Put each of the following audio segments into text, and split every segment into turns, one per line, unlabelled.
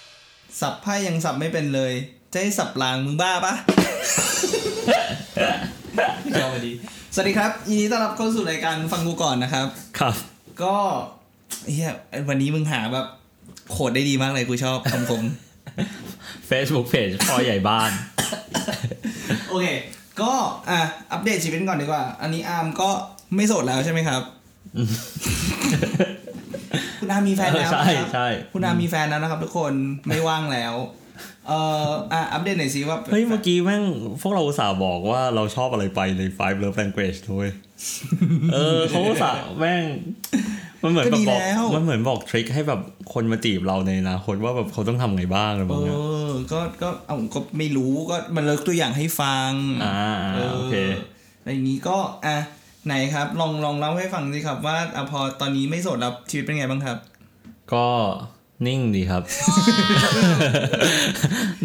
ยังสับไม่เป็นเลย จะให้สับรางมึงบ้าปะ จอมดี สวัสดีครับยินดีต้อนรับเข้าสู่รายการฟังกูก่อนนะครับ
ครับ
ก็เฮียวันนี้มึงหาแบบโคดได้ดีมากเลยกูชอบคำคม
Facebook Page พ่อใหญ่บ้าน
โอเค ก็อ่ะอัปเดตชีวิตก่อนดีกว่า อันนี้อาร์มก็ไม่โสดแล้วใช่ไหมครับ คุณอาร์มมีแฟนแล้ว
เออ
นะ
ใช่
ครับ
ใช่
คุณอาร์มมีแฟนแล้วนะครับ ทุกคนไม่ว่างแล้ว เอ่ออ่ะอัปเดตหน่อยสิว่า
เฮ้ย เมื่อกี้แม่งพวกเราอุตส่าห์บอกว่าเราชอบอะไรไปใน Five Love Language ด้วย เออเขาอุตส่าห์แม่ง มันเหมือน
ก็
แบบ
ดี
บอก
แล้ว
มันเหมือนบอกทริคให้แบบคนมาจีบเราในอนาคตว่าแบบเขาต้องทำไงบ้างอะไรแบ
เอบ
เนี้ย
อ ก็ก็เอาก็ไม่รู้ก็มันเลิกตัวอย่างให้ฟัง
อ่าอ่าโอเค
อะไรอย่างนี้ก็อ่ะไหนครับ ลองลองเล่าให้ฟังสิครับว่าอะพอตอนนี้ไม่โสดแล้วชีวิตเป็นไงบ้างครับ
ก็นิ่งดี ครับ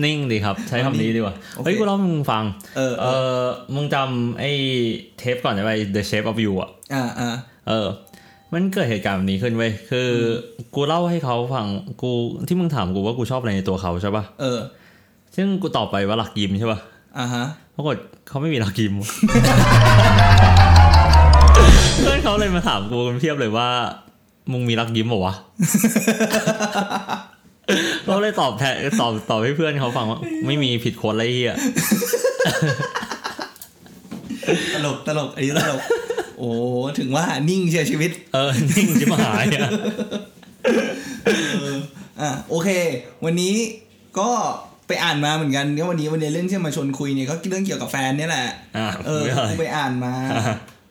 นิ่งดีครับ ใช้คำนี้ดีกว่า
โอเค
เฮ้ย กูเล่าให้มึงฟัง
เออ
เออมึงจำไอ้เทปก่อนได้ไหม The Shape of You อ่ะ
อ่าอ่า
เออ มันเกิดเหตุการณ์แบบนี้ขึ้นเว้ย คืออกูเล่าให้เขาฟัง กูที่มึงถามกูว่ากูชอบอะไรในตัวเขาใช่ปะ
เออ
ซึ่งกูตอบไปว่าหลักยิ้มใช่ปะ
อ่าฮะ
ปรากฏเขาไม่มีหลักยิ้ม เพื่อนเขาเลยมาถามกูกันเพียบเลยว่า มึงมีรักยิ้มเหรอวะ เขาเลยตอบแทนตอบตอบให้เพื่อนเขาฟังว่า ไม่มีผิดคนอะไรเฮีย
ตลกตลกอันนี้ต ลก โอ้ถึงว่านิ่งเชียวชีวิต
เออ นิ่งจิ๋มหายอะ
อ่ะโอเค วันนี้ก็ไปอ่านมาเหมือนกันก็วันนี้วันนี้เรื่องที่จะมาชวนคุยเนี่ยก็เรื่องเกี่ยวกับแฟนเนี่ยแหละ
อ่า
เออ
ไม่เป็นไร
กูไปอ่านมา
อ่ะ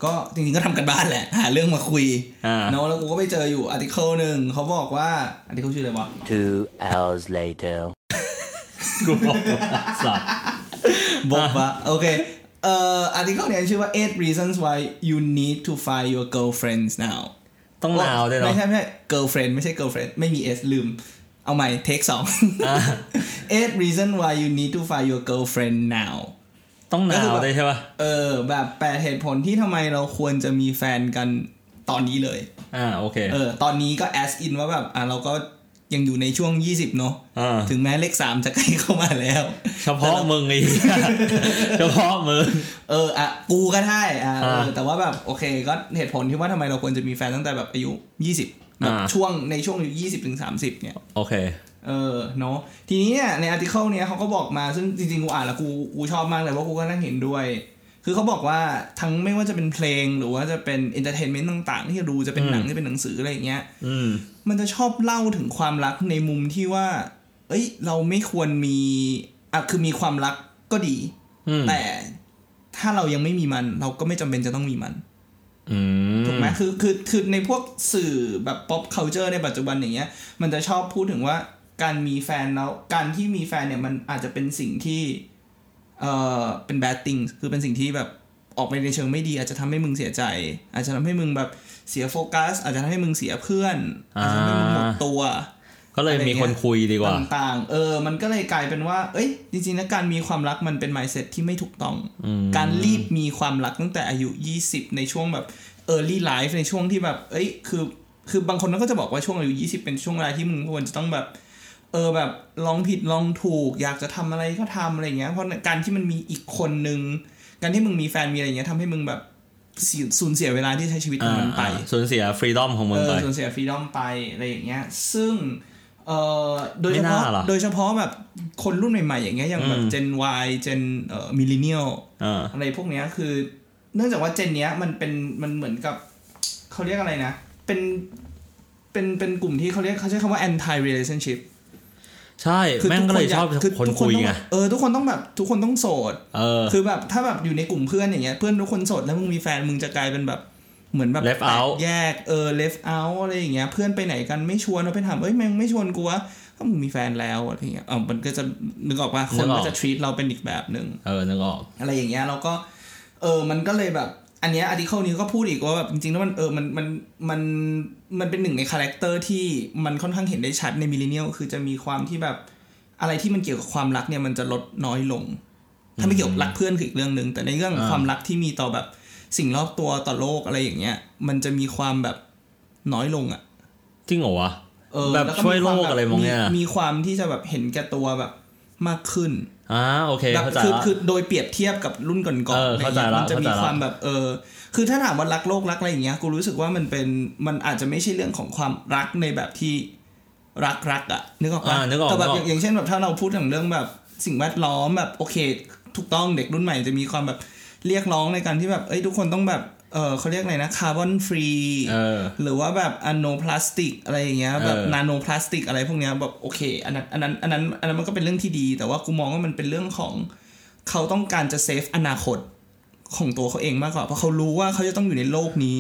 ก็จริงๆก็ทำกันบ้านแหละ หาเรื่องมาคุย
อ่ะ
เนาะแล้วกูก็ไปเจออยู่อาร์ติเคิลหนึ่งเขาบอกว่าอาร์ติเคิลชื่ออะไร วะ
Two hours later.
กูบอกว่าสัตว์
บอกว่าโอเคเอ่ออาร์ติเคิลเนี่ยชื่อว่า eight reasons why you need to find your girlfriends now
ต้องลาวด้วยเนาะ
ไม่ใช่ไม่ใช่ girlfriend ไม่ใช่ girlfriend ไม่มี s ลืม เอาใหม่ take สอง eight reason why you need to find your girlfriend now
ต้องหนาวด้วยใช่ป่ะ
เออ แบบแปดเหตุผลที่ทำไมเราควรจะมีแฟนกันตอนนี้เลย
อ่าโอเค
เออ ตอนนี้ก็ as in ว่าแบบ อ่ะ เราก็ยังอยู่ในช่วง 20 เนอะ
อ่า
ถึงแม้เลข 3 จะใกล้เข้ามาแล้ว
เฉพาะมึงไอ้เหี้ย เฉพาะมึง
เออ อ่ะ กูก็ได้ อ่ะเออ
อ่า
แต่ว่าแบบ โอเค ก็เหตุผลที่ว่าทำไมเราควรจะมีแฟนตั้งแต่แบบอายุ 20แบบ
อ่า
ช่วงในช่วงอายุ20ถึง30เนี่ย
โอเค
เออเนาะทีนี้เนี่ยในอาร์ติเคิลเนี้ยเขาก็บอกมาซึ่งจริงๆ กูอ่านแล้วกูกูชอบมากเลยเพราะกูก็นั่งเห็นด้วย คือเขาบอกว่าทั้งไม่ว่าจะเป็นเพลงหรือว่าจะเป็นเอนเตอร์เทนเมนต์ต่างๆ ที่จะดูจะเป็นหนัง
อืม
จะเป็นหนังสืออะไรอย่างเงี้ย
อืม
มันจะชอบเล่าถึงความรักในมุมที่ว่า เอ้ย เราไม่ควรมีอ่ะคือมีความรักก็ดี
อืม
แต่ถ้าเรายังไม่มีมัน เราก็ไม่จำเป็นจะต้องมีมัน
อืม
ถูกไหมคือคือคือในพวกสื่อแบบ pop culture ในปัจจุบันอย่างเงี้ย มันจะชอบพูดถึงว่าการมีแฟนแล้ว การที่มีแฟนเนี่ยมันอาจจะเป็นสิ่งที่ เอ่อ เป็น bad thing คือเป็นสิ่งที่แบบออกไปในเชิงไม่ดี อาจจะทำให้มึงเสียใจ อาจจะทำให้มึงแบบเสียโฟกัส อาจจะทำให้มึงเสียเพื่อน อาจจะทำให้มึงหมดตัว
ก็เลยมีคนคุยดีก
ต
ว่า
่างๆ เออ มันก็เลยกลายเป็นว่า เอ้ย จริงๆแล้วการมีความรักมันเป็น mindset ที่ไม่ถูกต้อง
อืม
การรีบมีความรักตั้งแต่อายุ 20 ในช่วงแบบ early life ในช่วงที่แบบ เอ้ย คือ คือบางคนก็จะบอกว่าช่วงอายุ 20 เป็นช่วงเวลาที่มึงควรจะต้องแบบ เออ แบบลองผิดลองถูก อยากจะทำอะไรก็ทำอะไรอย่างเงี้ย เพราะการที่มันมีอีกคนนึง การที่มึงมีแฟนมีอะไรอย่างเงี้ยทำให้มึงแบบเสียสูญเสียเวลาที่ใช้ชีวิตข
อ่า
องมันไป
อ่าสูญเสียฟรีดอมของมึ
เอง
ไป
อสูญเสียฟรีดอมไปอะไรอย่างเงี้ย ซึ่งเออโดยเฉ
ไม่
พาะ
น่าหรอ
โดยเฉพาะแบบคนรุ่นใหม่ๆอย่างเงี้ยอย่างแบบ
อืม
เจน Y เจนเอ่อมิลเลนเนียล
อ่า
อะไรพวกเนี้ยคือ เนื่องจากว่าเจนเนี้ยมันเป็นมันเหมือนกับเขาเรียกอะไรนะ เป็นเป็นเป็นกลุ่มที่เขาเรียกเขาใช้คำว่า anti relationship
ใช่
คื
แม่งก็เลยชอบคน
ทุก
คุย
ต้อง
ไง
เออทุกคนต้องแบบทุกคนต้องโสด
เออ
คือแบบถ้าแบบอยู่ในกลุ่มเพื่อนอย่างเงี้ยเพื่อนทุกคนโสดแล้วมึงมีแฟนมึงจะกลายเป็นแบบเหมือนแบบ
Left out
แตกแยกเออ left out อะไรอย่างเงี้ยเพื่อนไปไหนกันไม่ชวนเราไปถามเอ้ยแม่งไม่ชวนกูวะก็มึงมีแฟนแล้วอะไรอย่างเงี้ยเออมันก็จะนึกออกว่าคน
นึกอ
ก็
อก
จะ treat เราเป็นอีกแบบหนึ่ง
เออนึกออก
อะไรอย่างเงี้ยเราก็เออมันก็เลยแบบ อันเนี้ยอาร์ติเคิลนี้ก็พูดอีกว่าแบบจริงๆแล้วมันเออมันมันมันมันเป็นหนึ่งในคาแรคเตอร์ที่มันค่อนข้างเห็นได้ชัดในมิลเลนเนียลคือจะมีความที่แบบอะไรที่มันเกี่ยวกับความรักเนี่ยมันจะลดน้อยลง ถ้าไม่เกี่ยวกับรักเพื่อนคืออีกเรื่องหนึ่งแต่ในเรื่อง
อ่า
ความรักที่มีต่อแบบสิ่งรอบตัวต่อโลกอะไรอย่างเงี้ย มันจะมีความแบบน้อยลงอะ
จริงเหรอวะ
เออ
แบบ
ล้ก็
ช่วยโล
มีคาม
ก
แบบ
อะไรมองเนี่ย
มีมีความที่จะแบบเห็นแก่ตัวแบบมากขึ้น
อ่าโอเค
แบบ
เข้าใจ
คือ
ละ
คือโดยเปรียบเทียบกับรุ่นก่อนๆ
เออเข้าใจละ
มัจะมี
เข้าใจ
ค
ละ
วามแบบเออ คือถ้าถามว่ารักโลกรักอะไรอย่างเงี้ยกูรู้สึกว่ามันเป็นมันอาจจะไม่ใช่เรื่องของความรักในแบบที่รักรักๆอะนึกออกปะ
อ่านึกออก
แต่แบบ
นึ
อ
กออก
ย่างอย่างเช่นแบบถ้าเราพูดถึงเรื่องแบบสิ่งแวดล้อมแบบโอเค ถูกต้องเด็กรุ่นใหม่จะมีความแบบเรียกร้องในการที่แบบเอ้ยทุกคนต้องแบบเออเขาเรียกอะไรนะคาร์บอนฟรี
เออ
หรือว่าแบบอโนพลาสติกอะไรอย่างเงี้ยแบบ
เออ
นาโนพลาสติกอะไรพวกเนี้ยแบบโอเคอันนั้นอันนั้นอันนั้นอันนั้นมันก็เป็นเรื่องที่ดี แต่ว่ากูมองว่ามันเป็นเรื่องของเขาต้องการจะเซฟอนาคตของตัวเขาเองมากกว่า เพราะเขารู้ว่าเขาจะต้องอยู่ในโลกนี้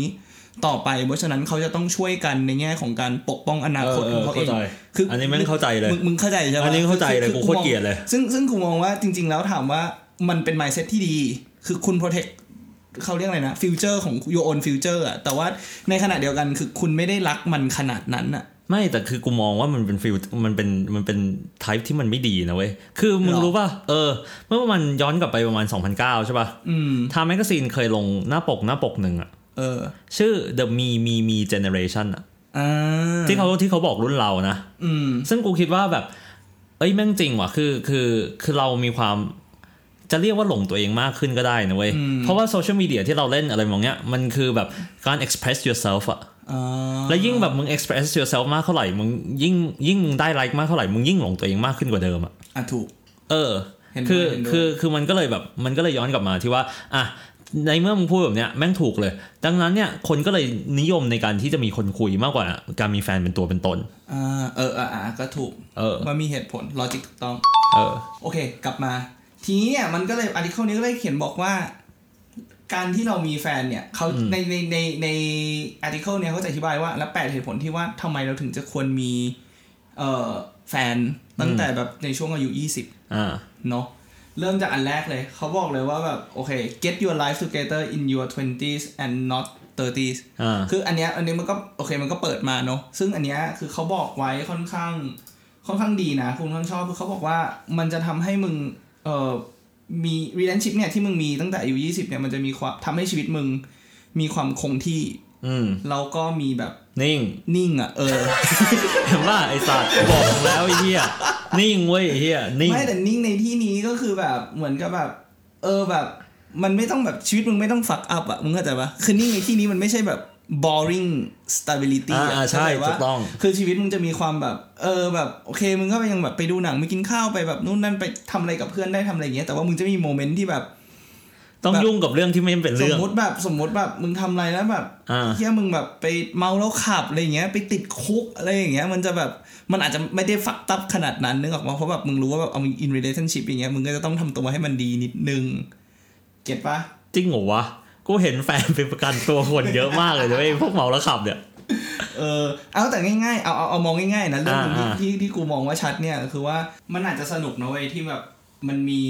ต่อไป เพราะฉะนั้นเขาจะต้องช่วยกันในแง่ของการปกป้องอนาคตของเขาเอง
ใจ
คืออั
อันนี้แม่งเข้าใจเลย
มึงมึงเข้าใจใช่ไหม
อันนี้เข้าใจเลยกูโคตร
มอง
เกลียดเลย
ซึ่งซึ่งกูมองว่าจริง ๆ แล้วถามว่ามันเป็น mindset ที่ดี คือคุณ protect เขาเรียกอะไรนะ future ของ your own future อะแต่ว่าในขณะเดียวกันคือคุณไม่ได้รักมันขนาดนั้นอะ
ไม่แต่คือกูมองว่ามันเป็นฟิลมันเป็นมันเป็นไทป์ที่มันไม่ดีนะเว้ย คือมึง
หรอ
รู้ป่ะ เออ เมื่อประมาณย้อนกลับไปประมาณ 2009 ใช่ป่ะ
อืม
ทางแมกกาซีนเคยลงหน้าปกหน้าปกหนึ่งอะ
เออ
ชื่อ The Me Me Me Generation อะ
อ่า
ที่เขาที่เขาบอกรุ่นเรานะ
อืม
ซึ่งกูคิดว่าแบบ เอ้ยแม่งจริงว่ะ คือคือคือเรามีความจะเรียกว่าหลงตัวเองมากขึ้นก็ได้นะเว้ย
อืม
เพราะว่าโซเชียลมีเดียที่เราเล่นอะไรมองเนี้ย มันคือแบบการ express yourself อะ
อ่า
แล้วยิ่งแบบมึง express yourself มากเท่าไหร่ มึงยิ่งยิ่งมึงได้ไลค์มากเท่าไหร่ มึงยิ่งหลงตัวเองมากขึ้นกว่าเดิมอ่ะ
อ่ะถูก
เออ
เห็นด้วย
คือ
เห็นด้วย
คือคือมันก็เลยแบบมันก็เลยย้อนกลับมาที่ว่า อ่ะ ในเมื่อมึงพูดแบบเนี้ยแม่งถูกเลย ดังนั้นเนี่ยคนก็เลยนิยมในการที่จะมีคนคุยมากกว่า การมีแฟนเป็นตัวเป็นตน
อ่าเอออ่ะอ่ะก็ถูก
เออ
ว่ามีเหตุผล logic ถูกต้อง
เออ
โอเค กลับมา ทีนี้เนี่ยมันก็เลยอาร์ติเคิลนี้ก็เลยเขียนบอกว่า การที่เรามีแฟนเนี่ยเขาในในในในอาร์ติเคิลเนี่ยเขาจะอธิบายว่าและแปดเหตุผลที่ว่าทำไมเราถึงจะควรมีเอ่อแฟนตั้งแต่แบบในช่วงอายุยี่สิบ
อ่า
เนาะเริ่มจากอันแรกเลย เขาบอกเลยว่าแบบโอเค get your life together in your 20s and not 30s
อ่า
คืออันเนี้ยอันนี้มันก็โอเคมันก็เปิดมาเนอะซึ่งอันเนี้ยคือเขาบอกไว้ค่อนข้างค่อนข้างดีนะคุณค่อนข้างชอบคือเขาบอกว่ามันจะทำให้มึงเอ่อมี relationship เนี่ยที่มึงมีตั้งแต่อายุ20เนี่ยมันจะมีความทำให้ชีวิตมึงมีความคงที่
อืม
แล้วก็มีแบบ
นิ่ง
นิ่งอะ่ะเออ
เห็นป่ะไอสัตว์บอกแล้วไอเหี้ย นิ่งเว้ยไอเหี้ย นิ่ง
ไม่แต่นิ่งในที่นี้ก็คือแบบเหมือนกับแบบ เออแบบ มันไม่ต้องแบบชีวิตมึงไม่ต้องฟักอัพอ่ะมึงเข้าใจปะคือนิ่งในที่นี้มันไม่ใช่แบบ boring stability
อ่า
อ่ะ
ใช่
เข้าจปะ
ถูกต้อง
คือชีวิตมึงจะมีความแบบ เออแบบโอเค มึงก็ยังแบบไปดูหนังไปกินข้าวไปแบบนู่นนั่นไปทำอะไรกับเพื่อนได้ทำอะไรอย่างเงี้ยแต่ว่ามึงจะมีโมเมนต์ที่แบบ
ต้อง
แบบ
ยุ่งกับเรื่องที่ไม่เป็น
สม
เรื่อง
มติแบบสมมติแบบมึงทำอะไรแล้วแบบ
อ่า
เฮียมึงแบบไปเมาแล้วขับอะไรอย่างเงี้ย ไปติดคุกอะไรอย่างเงี้ย มันจะแบบมันอาจจะไม่ได้ฟักตับขนาดนั้นนึกออกมาเพราะแบบมึงรู้ว่าแบบเอามึง in relationship อย่างเงี้ยมึงก็จะต้องทำตัวให้มันดีนิดนึง เก็ตปะ
จริงเหรอวะ กูเห็นแฟนเป็นประกันตัวคนเยอะมากเลยนะเว้ยพวกเมาแล้วขับเนี่ย
เออเอาแต่ง่ายๆเอาเอาเอามองง่ายๆนะเรื่องหนึ่งที่
อ่าอ่า
ที่ที่กูมองว่าชัดเนี่ยคือว่ามันอาจจะสนุกนะเว้ยที่แบบมันมี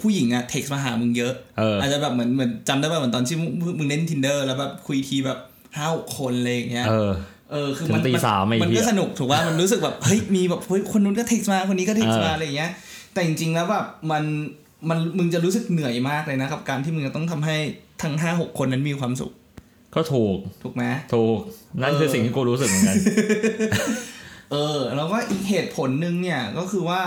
ผู้หญิงอะเท็กซ์มาหามึงเยอะ
เออ
อาจจะแบบเหมือนเหมือนจำได้ป่ะเหมือนตอนที่มึงมึงเล่น tinder แล้วแบบคุยทีแบบห้าหกคนอะไรอย่างเงี้ย
เออ
เออคือ
ถึง
มัน
ตี
น
สามไอ้
มัน
เหี้
ก็
ย
สนุกถูกว่ามันรู้สึกแบบ เฮ้ยมีแบบเฮ้ยคนนู้นก็เท็กซ์มาคนนี้ก็เท็กซ์มา
เออ
อะไรอย่างเงี้ย แต่จริงๆแล้วแบบมันมันมึงจะรู้สึกเหนื่อยมากเลยนะกับการที่มึงจะต้องทำให้ทั้งห้าหกคนนั้นมีความสุข
ก็ถูก
ถูกไหม
ถูก นั่นคือ
เออ
สิ่งที่กูรู้สึกเหมือนกัน
เออ แล้วก็อีกเหตุผลหนึ่งเนี่ยก็คือว่า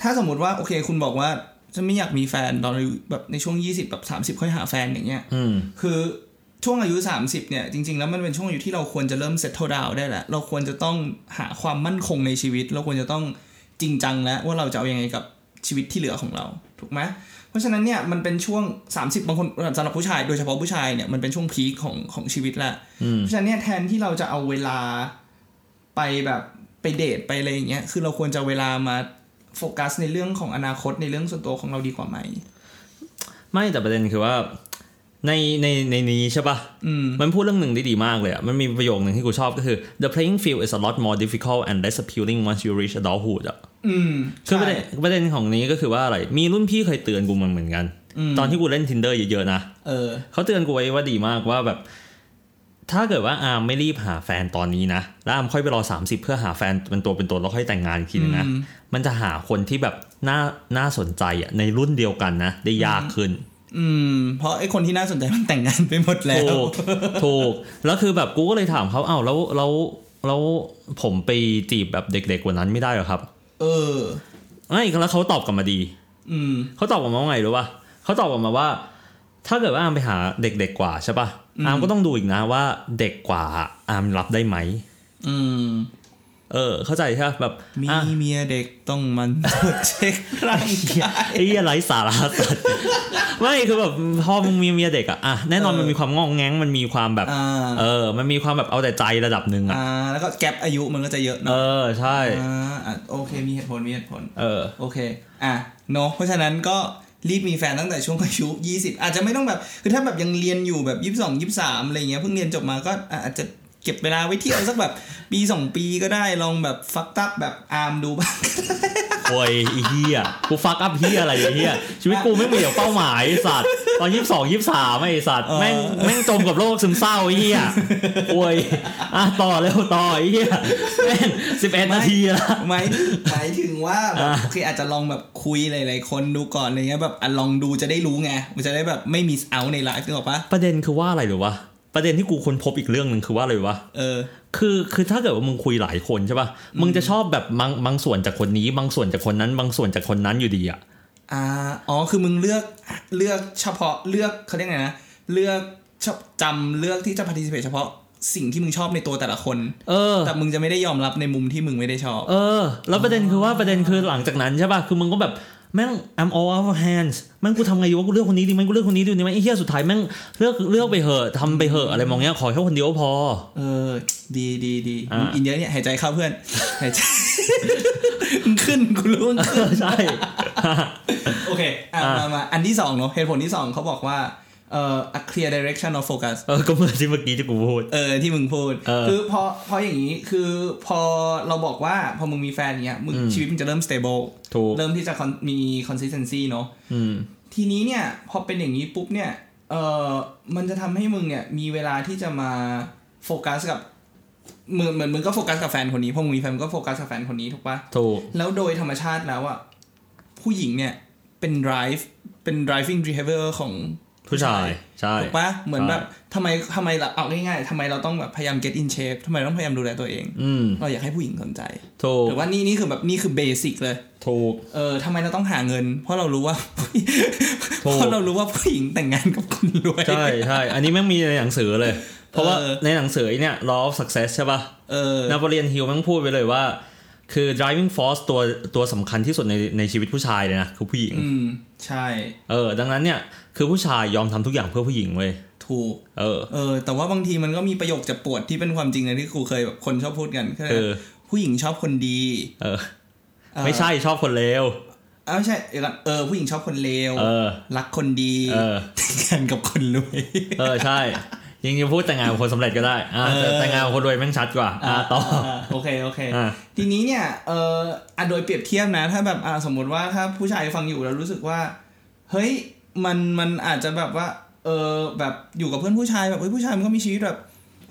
ถ้าสมมติว่าโอเค คุณบอกว่าจะไม่อยากมีแฟนตอนอายุแบบในช่วงยี่สิบแบบสามสิบค่อยหาแฟนอย่างเงี้ย
อืม
คือช่วงอายุ 30เนี่ยจริง ๆ แล้วมันเป็นช่วงอายุที่เราควรจะเริ่มเซ t ต l e d ดาวได้แหละ เราควรจะต้องหาความมั่นคงในชีวิต เราควรจะต้องจริงจังแล้วว่าเราจะเอาอยัางไงกับชีวิตที่เหลือของเราถูกไหมเพราะฉะนั้นเนี่ยมันเป็นช่วง 30 บางคนสำหรับผู้ชาย โดยเฉพาะผู้ชายเนี่ยมันเป็นช่วงพีคของของชีวิตแหละ
อืม
เพราะฉะนั้นเนี่ยแทนที่เราจะเอาเวลาไปแบบไปเดทไปอะไรอย่างเงี้ยคือเราควรจะเอาเวลามาโฟกัสในเรื่องของอนาคตในเรื่องส่วนตัวของเราดีกว่าไหม
ไม่แต่ประเด็นคือว่า ในในในนี้ใช่ปะ
อืม
มันพูดเรื่องหนึ่งได้ดีมากเลยอะมันมีประโยคหนึ่งที่กูชอบก็คือ the playing field is a lot more difficult and less appealing once you reach adulthood อะ
อืม
คือประเด็น
ใช่
ประเด็นของนี้ก็คือว่าอะไร มีรุ่นพี่เคยเตือนกูมาเหมือนกัน ตอนที่กูเล่น tinder เยอะๆนะ
เออ
เขาเตือนกูไว้ว่าดีมากว่าแบบ ถ้าเกิดว่าอาร์มไม่รีบหาแฟนตอนนี้นะ แล้วอาร์มค่อยไปรอ 30 เพื่อหาแฟนเป็นตัวเป็นตนแล้วค่อยแต่งงานอีกทีนึงนะ
อืม
มันจะหาคนที่แบบน่าน่าสนใจอะในรุ่นเดียวกันนะ ได้ยากขึ้น
อืม เพราะไอ้คนที่น่าสนใจมันแต่งงานไปหมดแล้ว
ถูก ถูก แล้วคือแบบกูก็เลยถามเขาเอ้าวแล้วแล้ว แล้วผมไปจีบแบบเด็กๆกว่านั้นไม่ได้หรอครับ
เออ
ไม่แล้วเขาตอบกลับมาดี
อืม
เขาตอบออกมาว่าไงรู้ป่ะเขาตอบออกมาว่า ถ้าเกิดว่าอามไปหาเด็กๆกว่าใช่ป่ะ
อืม
อามก็ต้องดูอีกนะว่าเด็กกว่าอามรับได้ไหม
อืม
เออ เข้าใจใช่ปะแบบ
มี
อ่ะ
เมียเด็กต้องมันตรวจเช็คร่างกาย
ไอ้เหี้ยไรสาระสั ตว์ ไม่คือแบบพอมึงมีเมียเด็กอะอ่ะแน่นอน
เออ
มันมีความงองแงงมันมีความแบบ
อ่า
เออ มันมีความแบบเอาแต่ใจระดับหนึ่งอะ
อ่า แล้วก็แกลบอายุมันก็จะเยอะ
เอ
เนาะ
อใช่
อ่าอ่ะโอเค มีเหตุผล มีเหตุผล
เออ
โอเค อ่ะ เนอะเพราะฉะนั้นก็รีบมีแฟนตั้งแต่ช่วงอายุ 20 อาจจะไม่ต้องแบบ คือถ้าแบบยังเรียนอยู่แบบ 22 23 อะไรเงี้ย เพิ่งเรียนจบมาก็อ่ะอาจจะเก็บเวลาไว้เที่ยวสักแบบปี 2 ปีก็ได้ ลองแบบฟักตับแบบอาร์มดูบ้าง
โอ้ยไอ้เฮียกูฟักอัพเฮียอะไรไอ้เฮียชีวิตกูไม่มีเป้าหมายไอ้สัตว์ตอนยี่สิบสองยี่สิบสามไอ้สัตว์
เออ
แม่งแม่งจมกับโรคซึมเศร้าไอ้เฮียโอ้ยอ่ะต่อเร็วต่อไอ้เฮียแม่งสิบเอ็ดนาทีละ
หมายหมายถึงว่าแบบ
อ่า
โอเคอาจจะลองแบบคุยหลาย ๆ คนดูก่อนอะไรเงี้ยแบบอ่ะลองดูจะได้รู้ไง มันจะได้แบบไม่มีเอาในไลฟ์นึกออกปะ
ประเด็นคือว่าอะไรหรือวะประเด็นที่กูค้นพบอีกเรื่องหนึ่งคือว่าอะไรหรือวะ
เออ
คือคือถ้าเกิดว่ามึงคุยหลายคนใช่ป่ะมึงจะชอบแบบบางบางส่วนจากคนนี้ บางส่วนจากคนนั้น บางส่วนจากคนนั้นอยู่ดีอะ
อ่าอ๋อ คือมึงเลือกเลือกเฉพาะเลือกเขาเรียกไงนะ เลือกชอบจำเลือกที่จะ participate เฉพาะสิ่งที่มึงชอบในตัวแต่ละคน
เออ
แต่มึงจะไม่ได้ยอมรับในมุมที่มึงไม่ได้ชอบ
เออ แล้วประเด็นคือว่าประเด็นคือหลังจากนั้นใช่ป่ะ คือมึงก็แบบ แม่ง I'm all out of hands แม่งกูทำไงดีว่ากูเลือกคนนี้ดีไหมกูเลือกคนนี้ดีไหมไอ้เหี้ยสุดท้ายแม่งเลือกเลือกไปเหอะทำไปเหอะอะไรมองเงี้ยขอแค่คนเดียวพอ
เออ ดีดีดี
อ่ามึ
งอินเยอะเนี่ย หายใจเข้าเพื่อน หายใจ มึงขึ้นกูรู้มึงขึ้น
ใช่
โอเค อ่ะ
อ่าม
มามาอันที่สองเนาะเหตุผลที่สองเขาบอกว่า เอ่อ a clear direction of focus
เออ ก็เหมือนที่เมื่อกี้ที่กูพูด
เออที่มึงพูด
เออ
คือพอพออย่างนี้คือพอเราบอกว่าพอมึงมีแฟนเนี้ยมึง
อืม
ชีวิตมึงจะเริ่ม stable
ถูก
เริ่มที่จะ con- มี consistency เนอะ
อืม
ทีนี้เนี่ยพอเป็นอย่างนี้ปุ๊บเนี่ยเออมันจะทำให้มึงเนี่ยมีเวลาที่จะมาโฟกัสกับเหมือนเหมือนมึงก็โฟกัสกับแฟนคนนี้พอมึงมีแฟนมึงก็โฟกัสกับแฟนคนนี้ถูกปะ
ถูก
แล้วโดยธรรมชาติแล้วอะผู้หญิงเนี่ยเป็น drive เป็น driving driver ของ
ผู้ชาย ใช่
ถูกปะเหมือน
ใช่
แบบทำไมทำไมเราเอาง่ายๆทำไมเราต้องแบบพยายาม get in shape ทำไมต้องพยายามดูแลตัวเอง
อืม
เราอยากให้ผู้หญิงสนใจ
ถูก
หรือว่านี่นี่คือแบบนี่คือเบสิกเลย
ถูก
เออทำไมเราต้องหาเงิน เพราะเรา รู้ว่า
ถูก
เพราะเรารู้ว่าผู้หญิงแต่งงานกับคนรวย
ใช่ใช่ อันนี้แม่งมีในหนังสือเลย เพราะว่า
เออ
ในหนังสือเนี่ย law of success ใช่ป่ะ
เออ
นาโปเลียนฮิลแม่งพูดไปเลยว่า คือ driving force ตัวตัวสำคัญที่สุดในในชีวิตผู้ชายเลยนะ คือผู้หญิง
อืม ใช่
เออ ดังนั้นเนี่ย คือผู้ชายยอมทำทุกอย่างเพื่อผู้หญิงเว้ย
ถูก
เออ
เออ แต่ว่าบางทีมันก็มีประโยคเจะปวดที่เป็นความจริงนะที่ครูเคยแบบคนชอบพูดกัน
เออ
ผู้หญิงชอบคนดี
เออ
เออ
ไม่ใช่ชอบคนเลว
เอ้าไม่ใช่เดี๋ยวก่อนเออผู้หญิงชอบคนเลว
เออ
รักคนดี
เออ
แต่งงานกับคนรวย
เออ ใช่ จริงๆพูดแต่งงานกับคนสำเร็จก็ได้ อ่า
เออ
แต่งงานกับคนรวยแม่งชัดกว่า อ่าต่อ
าโอเค โอเค
อ่า
ทีนี้เนี่ยเอออ่ะโดยเปรียบเทียบนะ ถ้าแบบอ่ะสมมติว่าถ้าผู้ชายฟังอยู่แล้วรู้สึกว่า เฮ้ยมันมันอาจจะแบบว่า เออแบบอยู่กับเพื่อนผู้ชายแบบเฮ้ยผู้ชายมันก็มีชีวิตแบบ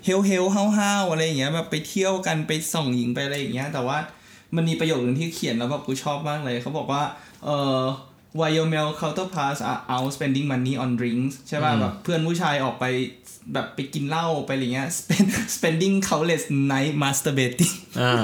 เฮลเฮลห้าวห้าวอะไรอย่างเงี้ยแบบไปเที่ยวกันไปส่องหญิงไปอะไรอย่างเงี้ย แต่ว่ามันมีประโยคหนึ่งที่เขียนแล้วแบบกูชอบมากเลยเขาบอกว่าเออ why your male counterparts are out spending money on drinks ใช่ป่ะ
อืม
แบบเพื่อนผู้ชายออกไปแบบไปกินเหล้าไปอะไรเงี้ย spend spending countless night masturbating
อ่า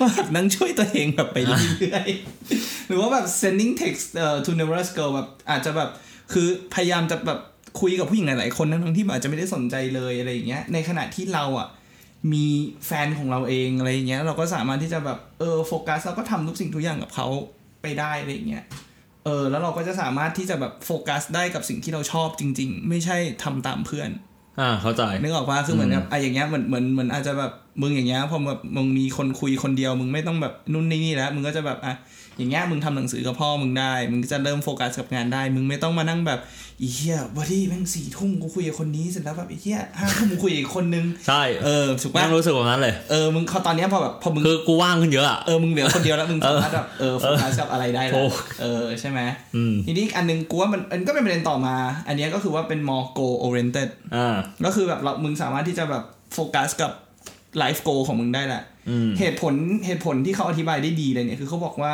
ก็แบบนั่งช่วยตัวเองแบบไปเรื่อยๆ หรือว่าแบบ sending text เอ่อ to numerous girl แบบอาจจะแบบคือพยายามจะแบบคุยกับผู้หญิงหลายๆคนทั้งๆที่อาจจะไม่ได้สนใจเลยอะไรอย่างเงี้ยในขณะที่เราอ่ะมีแฟนของเราเองอะไรอย่างเงี้ยเราก็สามารถที่จะแบบเออโฟกัสแล้วก็ทำทุกสิ่งทุกอย่างกับเขาไปได้อะไรอย่างเงี้ยเออแล้วเราก็จะสามารถที่จะแบบโฟกัสได้กับสิ่งที่เราชอบจริง ๆ ไม่ใช่ทำตามเพื่อน
อ่า เข้าใจ
นึกออกปะคือเหมือนแบบไอะอย่างเงี้ยเหมือนเหมือนเหมือนอาจจะแบบมึงอย่างเงี้ยพอแบบมึงมีคนคุยคนเดียว มึงไม่ต้องแบบนู่นนี่นี่แล้วมึงก็จะแบบอ่ะอย่างเงี้ยมึงทำหนังสือกับพ่อมึงได้ มึงจะเริ่มโฟกัสกับงานได้ มึงไม่ต้องมานั่งแบบอีเหี้ยวันที่แม่งสี่ทุ่มกูคุยกับคนนี้เสร็จแล้วแบบอีเหี้ยห้าทุ่มกูคุยกับอีกคนนึง
ใช่
เออถูก
แม่
ปะ
งรู้สึกแบบนั้นเลย
เออมึงพอตอนเนี้ยพอแบบพอมึง
คือกูว่างขึ้นเยอะอะ
เออมึงเหลือคนเดียวแล้วมึงสามารถแบบเออโฟกัสกับอะไรได้แล้ว
โอ้
เออใช่ไหม
อืม
ทีนี้อีกอันนึงกูว่ามันมันก็เป็นประเด็นต่อมา อันเนี้ยก็คือว่าเป็น more goal oriented
อ่า
ก็คือแบบเรามึงสามารถที่จะแบบโฟกัสกับไลฟ์โกของมึงได้แหละ
อืม
เหตุผลเหตุผลที่เขาอธิบายได้ดีเลยเนี่ยคือเขาบอกว่า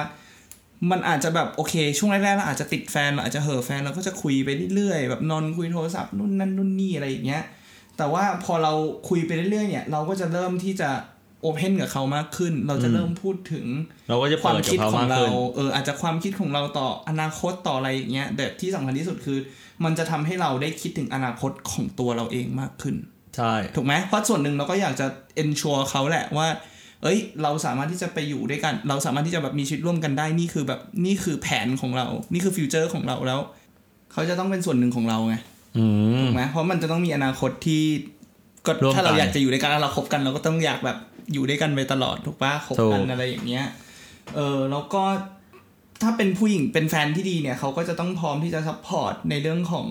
มันอาจจะแบบโอเค ช่วงแรกๆเราอาจจะติดแฟนเราอาจจะเห่อะแฟนเราก็จะคุยไปเรื่อยๆแบบนอนคุยโทรศัพท์นู่นนั่นนู่นนี่อะไรอย่างเงี้ยแต่ว่าพอเราคุยไปเรื่อยๆเนี่ยเราก็จะเริ่มที่จะ โอเพนกับเขามากขึ้น เราจะเริ่มพูดถึง
เราก็จะ
ความ
เปิดกับ
คิด
เขา
ของ
มาก
เรา
ขึ้น
เอออาจจะความคิดของเราต่ออนาคตต่ออะไรอย่างเงี้ยแต่ที่สำคัญที่สุดคือ มันจะทำให้เราได้คิดถึงอนาคตของตัวเราเองมากขึ้น
ใช่
ถูกไหมเพราะส่วนหนึ่งเราก็อยากจะ ensure เขาแหละว่า เอ้ย เราสามารถที่จะไปอยู่ด้วยกัน เราสามารถที่จะแบบมีชีวิตร่วมกันได้นี่คือแบบนี่คือแผนของเรา นี่คือฟิวเจอร์ของเราแล้ว เขาจะต้องเป็นส่วนหนึ่งของเราไง
อืม
ถูกไหมเพราะมันจะต้องมีอนาคตที่ก็
ร่วม
ถ้าเรา
กัน
อยากจะอยู่ด้วยกันเราคบกันเราก็ต้องอยากแบบอยู่ด้วยกันไปตลอดถูกปะคบกันอะไรอย่างเงี้ยเออแล้วก็ถ้าเป็นผู้หญิงเป็นแฟนที่ดีเนี่ยเขาก็จะต้องพร้อมที่จะซัพพอร์ตในเรื่องของ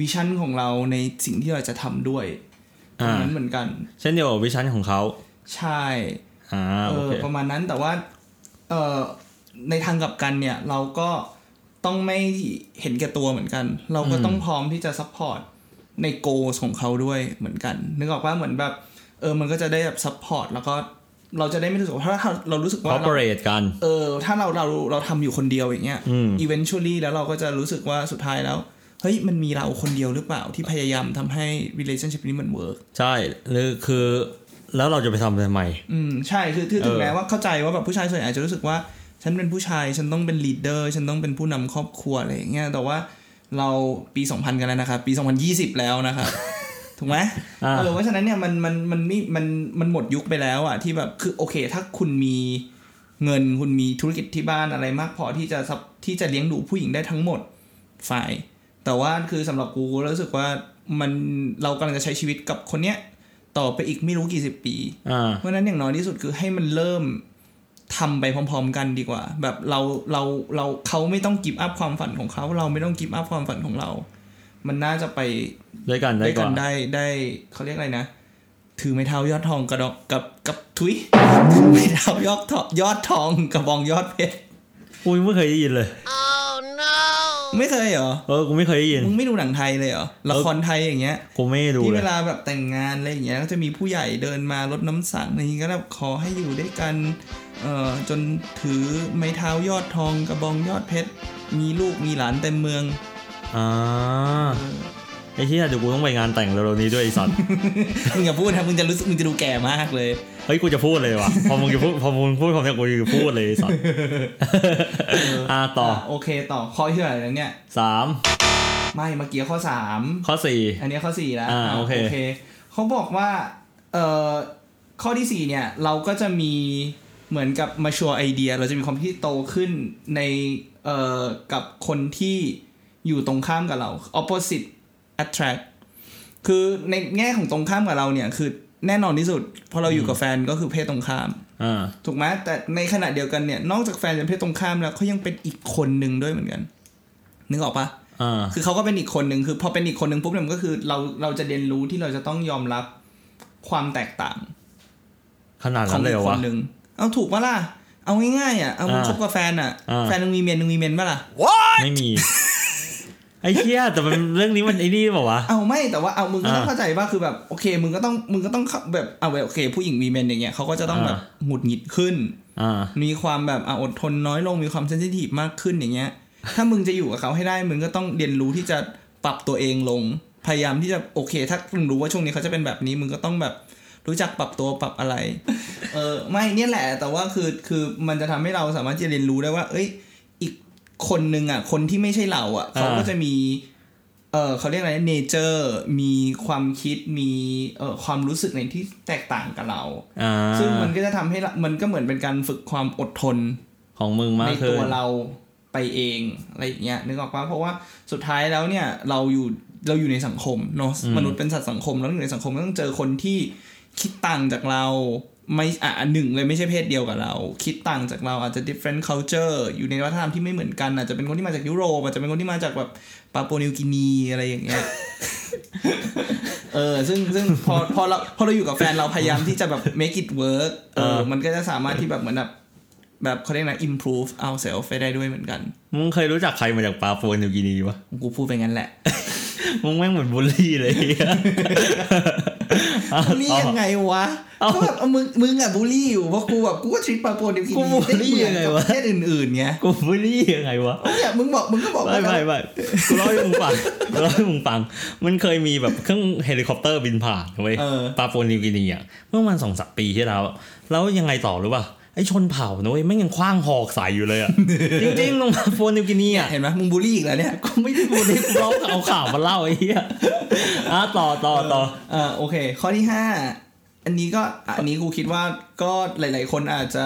วิชั่นของเราในสิ่งที่เราจะทำด้วยตร
อ่า
งนั้นเหมือนกัน
เช่นเดียวกับวิชั่นของเขา
ใช่
อ่า
เอ
โอ
อ
เค
ประมาณนั้นแต่ว่าเออในทางกลับกันเนี่ย เราก็ต้องไม่เห็นแก่ตัวเหมือนกัน เราก็ต้องพร้อมที่จะซัพพอร์ตในโกของเขาด้วยเหมือนกัน นึกออกว่าเหมือนแบบเออมันก็จะได้แบบซัพพอร์ตแล้วก็เราจะได้ไม่รู้สึกว่าถ้าเราเรารู้สึก
ค
ว่า
อร์ปอ
เรา
เรทกัน
เออถ้าเราเราเราทำอยู่คนเดียวอย่างเงี้ย
อืม
eventually แล้วเราก็จะรู้สึกว่าสุดท้ายแล้วเฮ้ยมันมีเราคนเดียวหรือเปล่าที่พยายามทำให้ relationship นี้มัน work
ใช่หรือคือแล้วเราจะไปทำทำไม
อืมใช่คือคือถึง
เออ
แม้ว่าเข้าใจว่าแบบผู้ชายส่วนใหญ่อาจจะรู้สึกว่า ฉันเป็นผู้ชายฉันต้องเป็นลีดเดอร์ ฉันต้องเป็นผู้นำครอบครัวอะไรอย่างเงี้ยแต่ว่าเราปี 2000 กันแล้วนะครับปี 2020 แล้วนะครับ ถูกไหม
อ่า
เออเพราะฉะนั้นเนี่ยมันมันมันไม่มันมันหมดยุคไปแล้วอะที่แบบคือโอเค ถ้าคุณมีเงินคุณมีธุรกิจที่บ้านอะไรมากพอที่จะซับที่จะเลี้ยงดูผู้หญิงได้ทั้งหมดฝ่าย แต่ว่าคือสำหรับกูกูรู้สึกว่ามันเรากำลังจะใช้ชีวิตกับคนเนี้ยต่อไปอีกไม่รู้กี่สิบปี
อ่า
เพราะฉะนั้นอย่างน้อยที่สุดคือให้มันเริ่มทำไปพร้อม ๆ กันดีกว่า แบบเราเราเราเขาไม่ต้องกิฟอัพความฝันของเขาเราไม่ต้องกิฟอัพความฝันของเรา มันน่าจะไป
ด้วยกันได้
ด้วย
ก่
กั
อนน
ได้ได้เขาเรียกอะไรนะ ถือไม้เท้ายอดทองกระดอกกับกับทุ ยถือไม้เท้ายอดทองยอดทองกระบองยอดเพชร
กูยังไม่เคยได้ยินเลย
ไม่เคยเหรอ
เออกูไม่เคยได้ยิน
มึงไม่ดูหนังไทยเลยเหรอละครไทยอย่างเงี้ย
กูไม่ดู
ที่
เล
เวย ลาแบบแต่งงานอะไรอย่างเงี้ยก็จะมีผู้ใหญ่เดินมาลดน้ำสังอะไรอย่างเงี้ยก็แบบขอให้อยู่ด้วยกันเอ่อจนถือไม้เท้ายอดทองกระบองยอดเพชร มีลูกมีหลานเต็มเมือง
อ่าไอ้เหี้ยเดี๋ยวกูต้องไปงานแต่งเร็วๆนี้ด้วยไอ้สัตว์
มึงอย่าพูดนะมึงจะรู้สึกมึงจะดูแก่มากเลย
เฮ้ยกูจะพูดเลยว่ะ พอมึงจะพูดพอมึงพูดคำเนี้ยกูจะพูดเลยไอ้สัตว์ อ่าต่อ
โอเคต่อข้อที่เท่าไหร่แล้วเนี่ย
สาม
ไม่เมื่อกี้ข้อสาม
ข้อสี่
อันนี้ข้อสี่แล้ว
อ่าโอเค
เขาบอกว่าเอ่อข้อที่สี่เนี่ยเราก็จะมีเหมือนกับมาชัวไอเดีย เราจะมีความคิดที่โตขึ้นในเอ่อกับคนที่ อยู่ตรงข้ามกับเรา opposite attract คือในแง่ของตรงข้ามกับเราเนี่ย คือแน่นอนที่สุด พอเราอยู่กับแฟนก็คือเพศตรงข้าม
อ่า
ถูกไหมแต่ในขณะเดียวกันเนี่ย นอกจากแฟนเป็นเพศตรงข้ามแล้วเขายังเป็นอีกคนหนึ่งด้วยเหมือนกัน นึกออกปะ
อ่า
คือเขาก็เป็นอีกคนหนึ่งคือพอเป็นอีกคนหนึ่งปุ๊บเนี่ยมันก็คือเราเราจะเรียนรู้ที่เราจะต้องยอมรับความแตกต่าง
ขนาด
ขอ
นั้
ง
นเลย
อี
เห
ก
ร
คว
อะ
นหนึ่งเอาถูกปะล่ะ เอาง่ายๆอ่ะเอามึง
อ่า
คบกับแฟนอ่ะ
อ่า
แฟนมึงมีเมียมึงมีเมียนปะล่ะ
ไม่มี ไอ้เหี้ยแต่มันเรื่องนี้มันไอ้นี่เปล่าวะ
เอาไม่แต่ว่าเอามึงก็ต้อง
อ่า
เข้าใจว่าคือแบบโอเค มึงก็ต้องมึงก็ต้องเข้าแบบเอาแบบโอเค ผู้หญิงมีเมียนอย่างเงี้ยเขาก็จะต้องแบบ
อ่
หงุดหงิดขึ้น
อ่า
มีความแบบอ่ะอดทนน้อยลงมีความเซนซิทีฟมากขึ้นอย่างเงี้ ย ถ้ามึงจะอยู่กับเขาให้ได้ มึงก็ต้องเรียนรู้ที่จะปรับตัวเองลง พยายามที่จะโอเค ถ้ามึงรู้ว่าช่วงนี้เขาจะเป็นแบบนี้ มึงก็ต้องแบบรู้จักปรับตัวปรับ อะไร เออไม่เนี่ยแหละ แต่ว่าคือคือมันจะทำให้เราสามารถจะเรียนรู้ได้ว่า เอ้ย อีกคนนึงอ่ะ คนที่ไม่ใช่เราอ่ะเขาก็จะมี เออเขาเรียกอะไรเนเจอร์มีความคิดมีเออความรู้สึกในที่แตกต่างกับเรา
อ่า
ซึ่งมันก็จะทำให้ละมันก็เหมือนเป็นการฝึกความอดทน
ของมึงมา
ใน
กขึ้
ตั
น
วเราไปเองอะไรอย่างเงี้ยนึกออกปะเพราะว่าสุดท้ายแล้วเนี่ยเราอยู่เราอยู่ในสังคมเนาะมนุษย์เป็นสัตว์สังคมแล้วอยู่ในสังคมก็ต้องเจอคนที่คิดต่างจากเราไม่อ่ะหนึ่งเลยไม่ใช่เพศเดียวกับเรา คิดต่างจากเราอาจจะ different culture อยู่ในวัฒนธรรมที่ไม่เหมือนกันอาจจะเป็นคนที่มาจากยุโรปอาจจะเป็นคนที่มาจากแบบปาปัวนิวกินีอะไรอย่างเงี้ย เออซึ่งซึ่งพอพอเราพอเราอยู่กับแฟนเราพยายามที่จะแบบ make it work เออมันก็จะสามารถที่แบบเหมือนแบบแบบเขาเรียกนะ improve ourselves ไปได้ด้วยเหมือนกัน
มึงเคยรู้จักใครมาจากปาปัวนิวกินีปะ
กูพูดไปงั้นแหละ
มึงแม่งเหมือนบูลลี่เลย
บูลลี่ยังไงวะก็แบบเอามึงมึงอ่ะบูลลี่อยู่เพราะกูแบบกูก็ทริปปาโปนิวคี
กูบูลลี่ยังไง
ป
วะ
ระเทศอื่นๆไง
กูบูลลี่ยังไงวะ
เนี่ยมึงบอกมึงก็บอก
ไม่
ว่า
ไม่ไม่กูเล่าให้มึงฟังกูเล่าให้มึงฟัง มันเคยมีแบบเครื่องเฮลิคอปเตอร์บินผ่านเว้ย
เออ
ปาโปวนิวกินีอ่ะเมื่อประมันสองสามปีที่แล้วอะแล้วยังไงต่อรู้ป่ะไอ้ชนเผ่านะเว้ยไม่งยังคว้างหอกใส่อยู่ เลยอ่ะ จริงๆลงมาโปวนิวกินีอ่ะ
เห็นไหมมึงบูลลี่อีกแล้วเนี่ย
กูไม่ได้พูดที่กูเล่าเอาข่าวมาเล่าไอ้เหี้ยอ่ะต่อต่อต่อ
เออโอเค ข้อที่ห้าอันนี้ก็อันนี้กูคิดว่าก็หลาย ๆ คนอาจจะ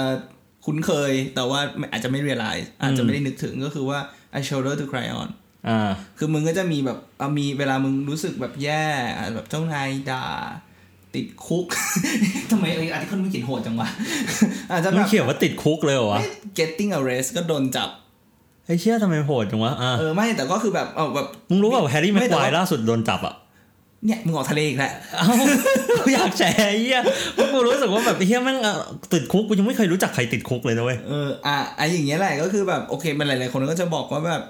คุ้นเคย แต่ว่าไม่อาจจะไม่เรียลไลซ์อาจจะไม่ได้นึกถึงก็คือว่า I shoulder to cry on
อ่า
คือมึงก็จะมีแบบเอามีเวลามึงรู้สึกแบบแย่อ่ะแบบเจ้านายด่า ติดคุก ทำไมไอ้อาร์ติเคิลมึงเขียนโหดจังวะ อาจจะ
มั
แบ
น
บ
เขียนว่าติดคุกเลยเหรอวะ
getting arrest ก็โดนจับ
ไอ้เชี่ยทำไมโหดจังวะอ่ะ
เออไม่แต่ก็คือแบบเอาแบบ
มึงรู้เปล่าแฮร์รี่แม็ก
ไม่แต่
ควาย
ว่า
ล่าสุดโดนจับอ่ะ
เนี่ย มึงออกทะเลอีกแล้ว
เอ้ากูอยากแชร์ไอ้เฮียเพราะกูรู้สึกว่าแบบไอ้เฮียแม่งเอ่อติดคุกกูยังไม่เคยรู้จักใครติดคุกเลยนะเว้ย
เอออ่ะไออย่างเงี้ยแหละก็คือแบบโอเคมันหลาย ๆ คนก็จะบอกว่าแบบ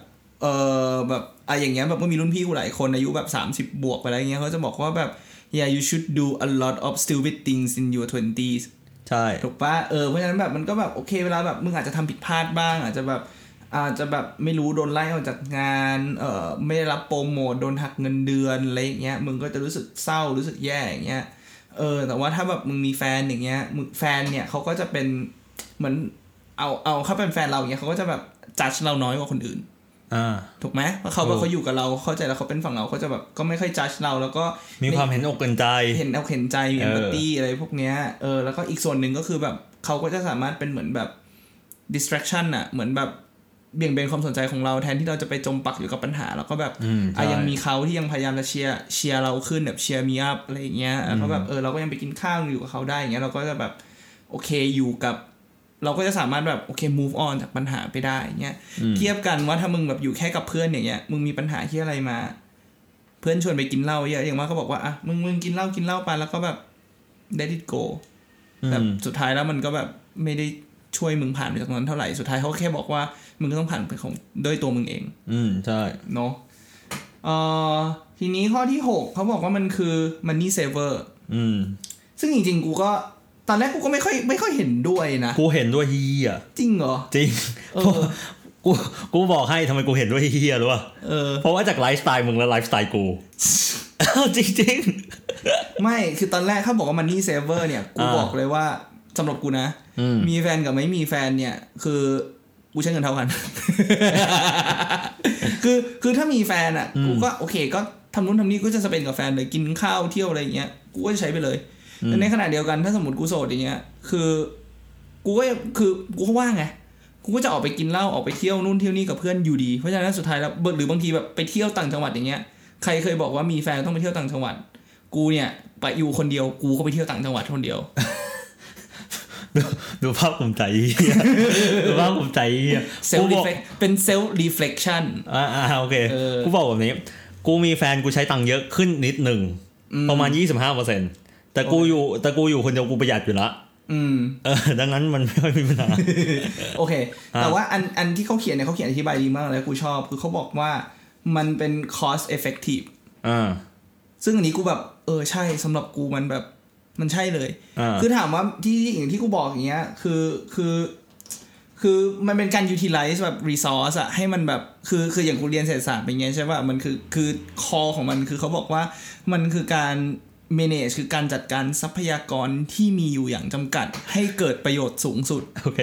เออแบบอ่ะอย่างเงี้ยแบบก็มีรุ่นพี่กูหลายคนอายุแบบ 30 บวกไปแล้วอย่างเงี้ยเขาจะบอกว่าแบบ yeah you should do a lot of stupid things in your 20s
ใช่
ถูกปะเออเพราะฉะนั้นแบบมันก็แบบโอเคเวลาแบบมึงอาจจะทำผิดพลาดบ้าง อาจจะแบบอาจจะแบบไม่รู้โดนไล่ออกจากงานเออไม่ได้รับโปรโมทโดนหักเงินเดือนอะไรอย่างเงี้ยมึงก็จะรู้สึกเศร้ารู้สึกแย่อย่างเงี้ยเออแต่ว่าถ้าแบบมึงมีแฟนอย่างเงี้ยมึงแฟนเนี่ยเขาก็จะเป็นเหมือนเอาเอาเขาเป็นแฟนเราอย่างเงี้ยเขาก็จะแบบจัดเราน้อยกว่าคนอื่น
อ่า
ถูกไหมเพราะเขาแบบ
ถูก
เขาอยู่กับเราเข้าใจแล้วเขาเป็นฝั่งเราเขาจะแบบก็ไม่ค่อยจัดเราแล้วก็
มีความเห็นอกเห็นใจ
เห็นเอาเห็นใจมี
เอ
เอ
อ
มพัตตี้อะไรพวกเนี้ยเออแล้วก็อีกส่วนหนึ่งก็คือแบบเขาก็จะสามารถเป็นเหมือนแบบ distraction อะเหมือนแบบเบี่ยงเบนความสนใจของเราแทนที่เราจะไปจมปักอยู่กับปัญหาเราก็แบบ
อืม
อ่ะ
ใช่
ยังมีเขาที่ยังพยายามจะเชียร์เชียร์เราขึ้นแบบเชียร์มีอัพอะไรอย่างเงี้ยแล้วก็แบบเออเราก็ยังไปกินข้าวอยู่กับเขาได้อย่างเงี้ยเราก็จะแบบโอเคอยู่กับ เราก็จะสามารถแบบโอเค move on จากปัญหาไปได้อย่างเงี้ยเทียบกันว่าถ้ามึงแบบอยู่แค่กับเพื่อนอย่างเงี้ยมึงมีปัญหาที่อะไรมา เพื่อนชวนไปกินเหล้าเยอะอย่างว่าก็บอกว่าอ่ะมึงมึงกินเหล้ากินเหล้าไปแล้วก็แบบ let it go
อืม
แบบสุดท้ายแล้วมันก็แบบไม่ได้ช่วยมึงผ่านไปจากตรงนั้นเท่าไหร่สุดท้ายเขาแค่บอกว่ามึงก็ต้องผ่านไปของด้วยตัวมึงเอง
อืมใช่
เนาะเอ่อทีนี้ข้อที่ 6 เขาบอกว่ามันคือ money saver
อืม
ซึ่งจริงๆ กูก็ตอนแรกกูก็ไม่ค่อยไม่ค่อยเห็นด้วยนะ
กูเห็นด้วยเฮีย
จริงเหรอ
จริง
เออ
กูกูบอกให้ทำไมกูเห็นด้วยเฮียรู้ป่ะ
เออ
เพราะว่าจากไลฟ์สไตล์มึงและไลฟ์สไตล์กู อ้าวจริงจริง
ไม่คือตอนแรกเขาบอกว่า money saver เนี่ย กู
อ่า
บอกเลยว่าสำหรับกูนะ
ๆอืม
มีแฟนกับไม่มีแฟนเนี่ย คือกูใช้เงินเท่า กัน คือคือถ้ามีแฟนอ่ะกูก็โอเค ก็ทำนู้นทำนี่กูจะสเปนกับแฟนเลยกินข้าวเที่ยวอะไรอย่างเงี้ยกูก็จะใช้ไปเลยแต่ในขณะเดียวกันถ้าสมมติกูโสดอย่างเงี้ย คือกูก็คือกูก็ว่างไงกูก็จะออกไปกินเหล้าออกไปเที่ยวนู่นเที่ยวนี่กับเพื่อนอยู่ดีเพราะฉะนั้นสุดท้ายแล้วหรือบางทีแบบไปเที่ยวต่างจังหวัดอย่างเงี้ยใครเคยบอกว่ามีแฟนต้องไปเที่ยวต่างจังหวัด กูเนี่ยไปอยู่คนเดียวกูก็ไปเที่ยวต่างจังหวัดคนเดียว
ดูภาพภูมิใจเฮีย ดูภาพภูมิใจเฮีย
เซล
กู
ล์
บอก
เป็นเซลล์ reflection
อ่าอ่าโอเค
เออ
กูบอกแบบนี้ กูมีแฟนกูใช้ตังค์เยอะขึ้นนิดหนึ่ง ประมาณ 25เปอร์เซ็นต์แต่กูอยู่แต่กูอยู่คนเดียวกูประหยัดอยู่ละ
อืม
เออดังนั้นมันไม่ค่อยมีปัญหา
โอเค
อ่ะ
แต่ว่าอันอันที่เขาเขียนเนี่ยเขาเขียนอธิบายดีมากเลยกูชอบ คือเขาบอกว่ามันเป็น cost effective
อ่า
ซึ่งอันนี้กูแบบ เออใช่สำหรับกูมันแบบมันใช่เลย
อ่า
คือถามว่าที่อย่างที่กูบอกอย่างเงี้ย คือคือ คือมันเป็นการ utilize แบบ resource อะให้มันแบบ คือคืออย่างกูเรียนเศรษฐศาสตร์เป็นไงยใช่ป่ะ มันคือคือ core ของมันคือเขาบอกว่ามันคือการ manage คือการจัดการทรัพยากรที่มีอยู่อย่างจำกัด ให้เกิดประโยชน์สูงสุด
โอเค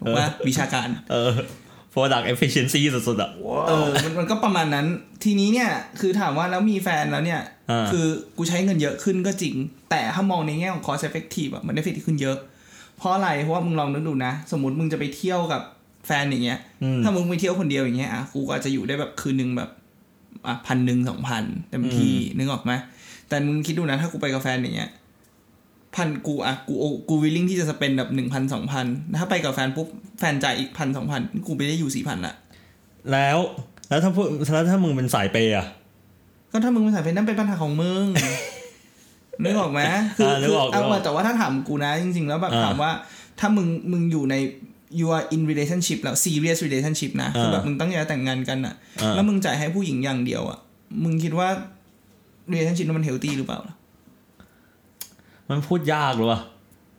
ถูกปะวิชาการ
เออ product efficiency สุดๆอ่ะ
เออมันมันก็ประมาณนั้น ทีนี้เนี่ย คือถามว่าแล้วมีแฟนแล้วเนี่ย
อ่า
คือกูใช้เงินเยอะขึ้นก็จริง แต่ถ้ามองในแง่ของ cost effective อะมันได้ฟิตขึ้นเยอะ เพราะอะไร เพราะว่ามึงลองนึกดูนะ สมมติมึงจะไปเที่ยวกับแฟนอย่างเงี้ย ถ้ามึงไปเที่ยวคนเดียวอย่างเงี้ยอ่ะกูก็อาจจะอยู่ได้แบบคืนหนึ่งแบบอ่ะพันหนึ่งสองพันเต็มที่นึกออกไหมแต่มึงคิดดูนะ ถ้ากูไปกับแฟนอย่างเงี้ยพันกูอ่ะกูกูวิลลิ่งที่จะสเปนแบบหนึ่งพันสองพันถ้าไปกับแฟนปุ๊บแฟนจ่ายอีกพันสองพันกูไปได้อยู่สี่พันละ
แล้วแล้วถ้าพูดแล้วถ้ามึงเป็นสายเปย์อ่ะ
ก็ถ้ามึงเป็นสายเพนนั่นเป็นปัญหาของมึ ง นึกออกไหมคือ
เออนึก
คือ
ออก
เอา
นึกออก
แต่ว่าถ้าถามกูนะ จริงๆ แล้วแบบ
อ่า
ถามว่า ถ้ามึงมึงอยู่ใน you are in relationship แล้ว serious relationship นะคือแบบ
อ่า
มึงตั้งใจจะแต่งงานกันอะ
อ่า
แล้วมึงจ่ายให้ผู้หญิงอย่างเดียวอะมึงคิดว่า relationship นั้นมัน healthy หรือเปล่าล่ะ
มันพูดยากหรือวะ